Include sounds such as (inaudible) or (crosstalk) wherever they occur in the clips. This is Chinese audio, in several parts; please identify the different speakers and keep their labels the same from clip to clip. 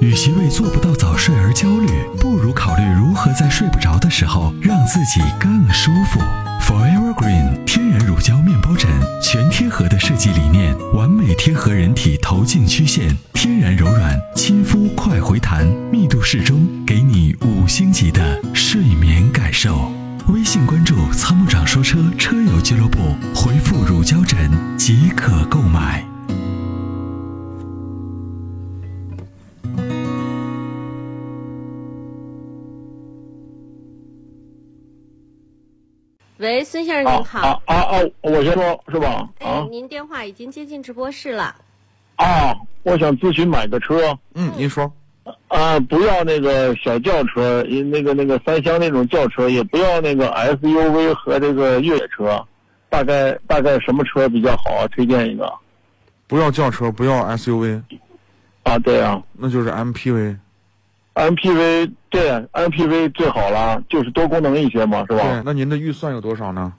Speaker 1: 与其为做不到早睡而焦虑，不如考虑如何在睡不着的时候让自己更舒服。Forever Green 天然乳胶面包枕，全贴合的设计理念，完美贴合人体头颈曲线，天然柔软，亲肤快回弹，密度适中，给你五星级的睡眠感受。微信关注“参谋长说车”车友俱乐部，回复“乳胶枕”即可购买。
Speaker 2: 喂，孙先生
Speaker 3: 啊
Speaker 2: 您好，
Speaker 3: 啊啊啊！我先说，是吧？啊
Speaker 2: 哎，您电话已经接进直播室了。
Speaker 3: 啊！我想咨询买个车，
Speaker 4: 嗯，您说，
Speaker 3: 啊，不要那个小轿车，也那个那个三厢那种轿车，也不要那个 SUV 和这个越野车，大概大概什么车比较好啊？推荐一个
Speaker 4: 不要轿车，不要 SUV，
Speaker 3: 啊，对啊
Speaker 4: 那就是 MPV。
Speaker 3: ，MPV 对 MPV 最好了，就是多功能一些嘛，是吧
Speaker 4: 对，？那您的预算有多少呢？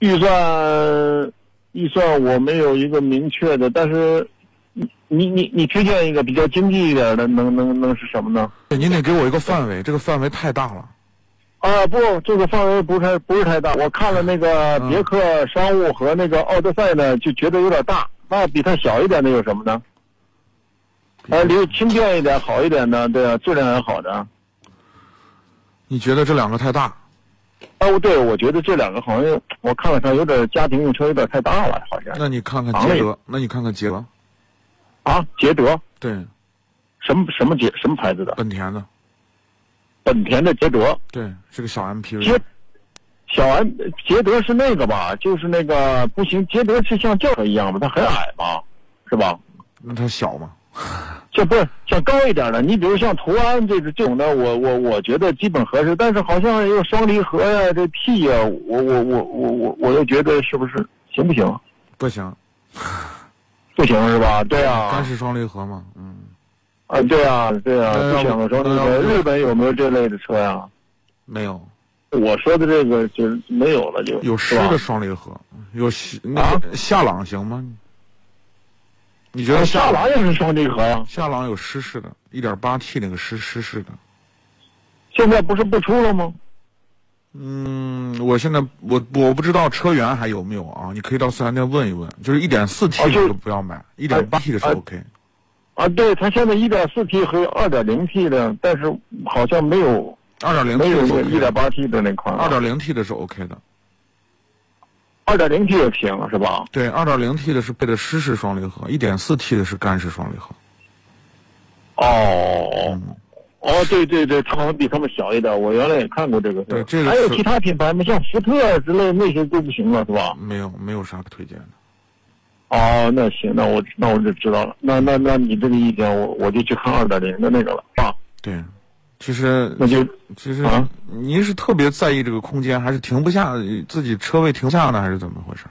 Speaker 3: 预算预算我没有一个明确的，但是你你你你推荐一个比较经济一点的，能能能是什么呢？
Speaker 4: 对您得给我一个范围，这个范围太大了。
Speaker 3: 啊，不，这个范围不是太不是太大。我看了那个
Speaker 4: 嗯
Speaker 3: 别克商务和那个奥德赛呢，就觉得有点大。那比它小一点的有什么呢？呃，离轻便一点、好一点的，对啊，质量也好的。啊，
Speaker 4: 你觉得这两个太大？
Speaker 3: 我哦对，我觉得这两个好像我看了看，有点家庭用车有点太大了，好像
Speaker 4: 那你看看
Speaker 3: 行
Speaker 4: 捷
Speaker 3: 嘞
Speaker 4: 德，那你看看捷德，
Speaker 3: 啊，捷德
Speaker 4: 对，
Speaker 3: 什么什么捷什么牌子的？
Speaker 4: 本田的，
Speaker 3: 本田的捷德，
Speaker 4: 对，是个小
Speaker 3: 捷
Speaker 4: MPV。
Speaker 3: 小 M 捷德是那个吧？就是那个不行，捷德是像轿车一样吧？它很矮嘛，是吧？
Speaker 4: 那它小嘛？
Speaker 3: 这不是像高一点的，你比如像途安这个这种的，我我我觉得基本合适，但是好像有双离合呀、这 T 呀、我我我我我我又觉得是不是行不行？
Speaker 4: 不行，
Speaker 3: 啊不行是吧？对
Speaker 4: 干
Speaker 3: 啊，
Speaker 4: 式双离合嘛，嗯，
Speaker 3: 啊对啊对啊，
Speaker 4: 那
Speaker 3: 不
Speaker 4: 要
Speaker 3: 行
Speaker 4: 不
Speaker 3: 了。说那
Speaker 4: 那要
Speaker 3: 个
Speaker 4: 不
Speaker 3: 日本有没有这类的车呀、
Speaker 4: 没有，
Speaker 3: 我说的这个就是没有了，就
Speaker 4: 有湿
Speaker 3: 是吧
Speaker 4: 的双离合，嗯有西那个夏朗行吗？你觉
Speaker 3: 啊
Speaker 4: 得
Speaker 3: 夏
Speaker 4: 夏
Speaker 3: 朗也是双离合呀、
Speaker 4: 夏朗有湿式的，一点八 T 那个湿湿式的。
Speaker 3: 现在不是不出了吗？
Speaker 4: 嗯，我现在我我不知道车源还有没有啊？你可以到四 S 店问一问，就是一点四 T
Speaker 3: 啊
Speaker 4: 的
Speaker 3: 就是
Speaker 4: 就不要买，一点八 T 的是
Speaker 3: 啊
Speaker 4: OK。
Speaker 3: 啊，对，它现在一点四 T 和二点零 T 的，但是好像没有
Speaker 4: 二点零
Speaker 3: 没
Speaker 4: T
Speaker 3: 有
Speaker 4: 的是
Speaker 3: 那一
Speaker 4: OK
Speaker 3: 点
Speaker 4: 的，
Speaker 3: 八 T 的那款啊，
Speaker 4: 二点零 T 的是 OK 的。
Speaker 3: 二点零 T 也行是吧？
Speaker 4: 对，二点零 T 的是配的湿式双离合，一点四 T 的是干式双离合。嗯
Speaker 3: 哦，哦，对对对，它好像比他们小一点。我原来也看过这个车。
Speaker 4: 对这个
Speaker 3: 还有
Speaker 4: 是
Speaker 3: 其他品牌吗？像福特之类那些就不行了，是吧？
Speaker 4: 嗯没有没有啥可推荐的。
Speaker 3: 哦，那行，那我那我就知道了。那那那你这个意见，我我就去看二点零的那个了啊。
Speaker 4: 对，其实
Speaker 3: 那就
Speaker 4: 其实
Speaker 3: 啊
Speaker 4: 您是特别在意这个空间，还是停不下自己车位停不下呢，还是怎么回事？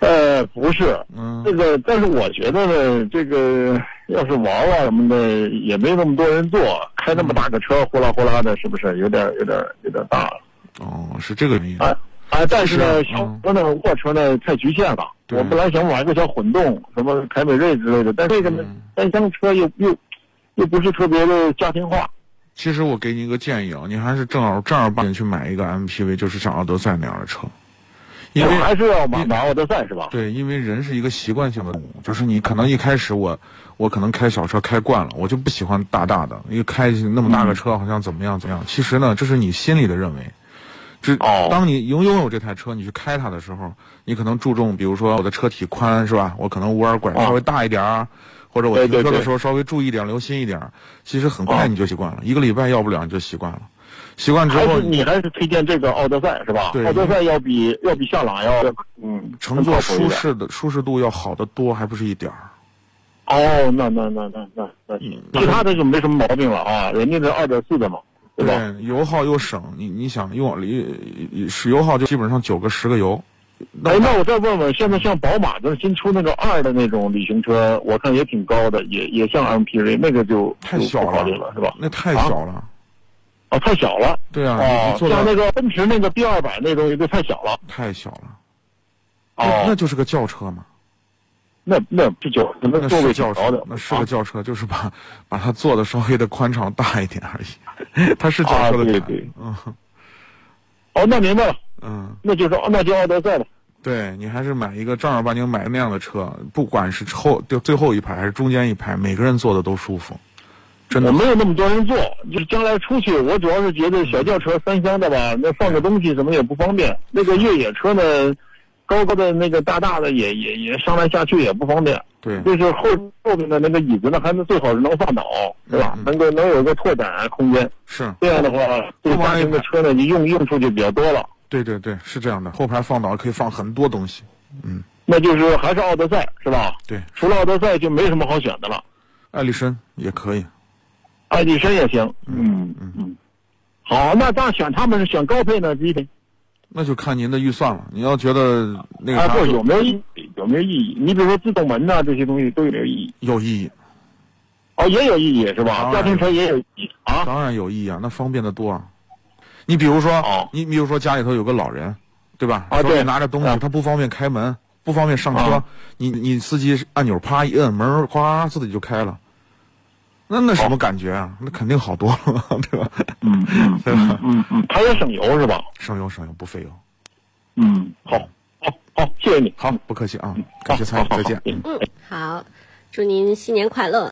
Speaker 3: 呃，不是，
Speaker 4: 嗯
Speaker 3: 这个，但是我觉得呢，这个要是玩玩什么的，也没那么多人坐，开那么大个车，呼啦呼啦的，是不是有点有点有点大了？
Speaker 4: 哦，是这个原因。
Speaker 3: 啊啊！但是呢，
Speaker 4: 是啊
Speaker 3: 小车呢，货车呢太局限了。
Speaker 4: 对
Speaker 3: 我本来想玩个小混动，什么凯美瑞之类的，但这个呢单
Speaker 4: 嗯，
Speaker 3: 厢车又又又不是特别的家庭化。
Speaker 4: 其实我给你一个建议啊，你还是正儿正儿八经去买一个 MPV，就是像奥德赛那样的车，因为
Speaker 3: 我还是要买
Speaker 4: 因
Speaker 3: 买奥德赛是吧？
Speaker 4: 对，因为人是一个习惯性的动物，就是你可能一开始我我可能开小车开惯了，我就不喜欢大大的，因为开那么大
Speaker 3: 嗯
Speaker 4: 个车好像怎么样怎么样。其实呢，这是你心里的认为。只
Speaker 3: 哦
Speaker 4: 当你拥拥有这台车，你去开它的时候，你可能注重，比如说我的车体宽是吧？我可能无耳拐
Speaker 3: 啊
Speaker 4: 稍微大一点儿，或者我
Speaker 3: 对
Speaker 4: 停
Speaker 3: 对
Speaker 4: 车的
Speaker 3: 对
Speaker 4: 时候稍微注意一点，留心一点儿。其实很快
Speaker 3: 哦
Speaker 4: 你就习惯了，一个礼拜要不了你就习惯了。习惯之
Speaker 3: 还
Speaker 4: 后
Speaker 3: 是，你还是推荐这个奥德赛是吧
Speaker 4: 对？
Speaker 3: 奥德赛要比要比夏朗要嗯
Speaker 4: 乘坐
Speaker 3: 更靠谱一
Speaker 4: 舒
Speaker 3: 点
Speaker 4: 适的舒适度要好得多，还不是一点儿。
Speaker 3: 哦，那那那那那那
Speaker 4: 嗯
Speaker 3: 行，其他的就没什么毛病了啊，人家这二点四的嘛，对吧？
Speaker 4: 对，油耗又省，你你想用一使油耗就基本上九个十个油，
Speaker 3: 哎，那我再问问，现在像宝马的新出那个二的那种旅行车，我看也挺高的，也也像 MPV，那个就
Speaker 4: 太
Speaker 3: 就
Speaker 4: 小
Speaker 3: 不考
Speaker 4: 了，
Speaker 3: 虑了，是吧？
Speaker 4: 那太小了，
Speaker 3: 哦，太小了。
Speaker 4: 对啊，你
Speaker 3: 哦
Speaker 4: 你，坐
Speaker 3: 像
Speaker 4: 到
Speaker 3: 那个奔驰那个 B 二百那种，就太小了。
Speaker 4: 太小了，那
Speaker 3: 哦
Speaker 4: 那，就是个轿车嘛。
Speaker 3: 那那那不叫那
Speaker 4: 那
Speaker 3: 座
Speaker 4: 是
Speaker 3: 位
Speaker 4: 轿
Speaker 3: 挺高
Speaker 4: 车
Speaker 3: 的，，
Speaker 4: 那是个轿车，就是把 (laughs) 把它做的稍微的宽敞大一点而已。 (laughs) 它是轿车
Speaker 3: 啊
Speaker 4: 的
Speaker 3: 对
Speaker 4: 款，
Speaker 3: 对
Speaker 4: 嗯
Speaker 3: 哦，那明白了，
Speaker 4: 嗯，
Speaker 3: 那就是哦那就奥德赛了。
Speaker 4: 对你还是买一个正儿八经买那样的车，不管是后就最后一排还是中间一排，每个人坐的都舒服，真
Speaker 3: 我
Speaker 4: 的。
Speaker 3: 没有那么多人坐，就是将来出去，我主要是觉得小轿
Speaker 4: 嗯
Speaker 3: 车三厢的吧，那放个东西什么也不方便。那个越野车呢，高高的那个大大的也也也上来下去也不方便。
Speaker 4: 对
Speaker 3: 就是后后面的那个椅子呢，还能最好是能放倒，对吧？
Speaker 4: 嗯嗯嗯嗯
Speaker 3: 能够能有个拓展空间，
Speaker 4: 是，
Speaker 3: 这样的话，对大型的车
Speaker 4: 嗯
Speaker 3: 呢，你用用处就比较多了。
Speaker 4: 对对对，是这样的。后排放倒可以放很多东西，
Speaker 3: 那就是还是奥德赛是吧？
Speaker 4: 对，
Speaker 3: 除了奥德赛就没什么好选的了，
Speaker 4: 艾力绅也可以。
Speaker 3: 爱迪生也行。嗯嗯嗯，好，那咱选他们选高配呢，低配。
Speaker 4: 那就看您的预算了。你要觉得那个
Speaker 3: 啊，
Speaker 4: 啥
Speaker 3: 不
Speaker 4: 就
Speaker 3: 有没有意义？有没有意义？你比如说自动门呐、这些东西都有没有意义？
Speaker 4: 有意义，
Speaker 3: 哦，也有意义是吧？
Speaker 4: 当然
Speaker 3: 家庭车也有意义啊。
Speaker 4: 当然有意义啊，那方便的多啊。你比如说，
Speaker 3: 哦
Speaker 4: 你比如说家里头有个老人，对吧？
Speaker 3: 啊
Speaker 4: 手里
Speaker 3: 对
Speaker 4: 拿着东西，
Speaker 3: 啊
Speaker 4: 他不方便开门，不方便上车，
Speaker 3: 啊
Speaker 4: 你你司机按钮啪一摁，门哗自己就开了。那那什么感觉啊？那肯定好多了， (laughs) 对吧？
Speaker 3: 哦嗯嗯
Speaker 4: (laughs) 对吧？
Speaker 3: 嗯嗯，它也省油是吧？
Speaker 4: 省油省油不费油。
Speaker 3: 嗯，好，好，好，谢谢你，
Speaker 4: 好，不客气啊，感谢参与，
Speaker 3: 嗯好
Speaker 4: 再见。。
Speaker 3: 好好
Speaker 2: 嗯，好，祝您新年快乐。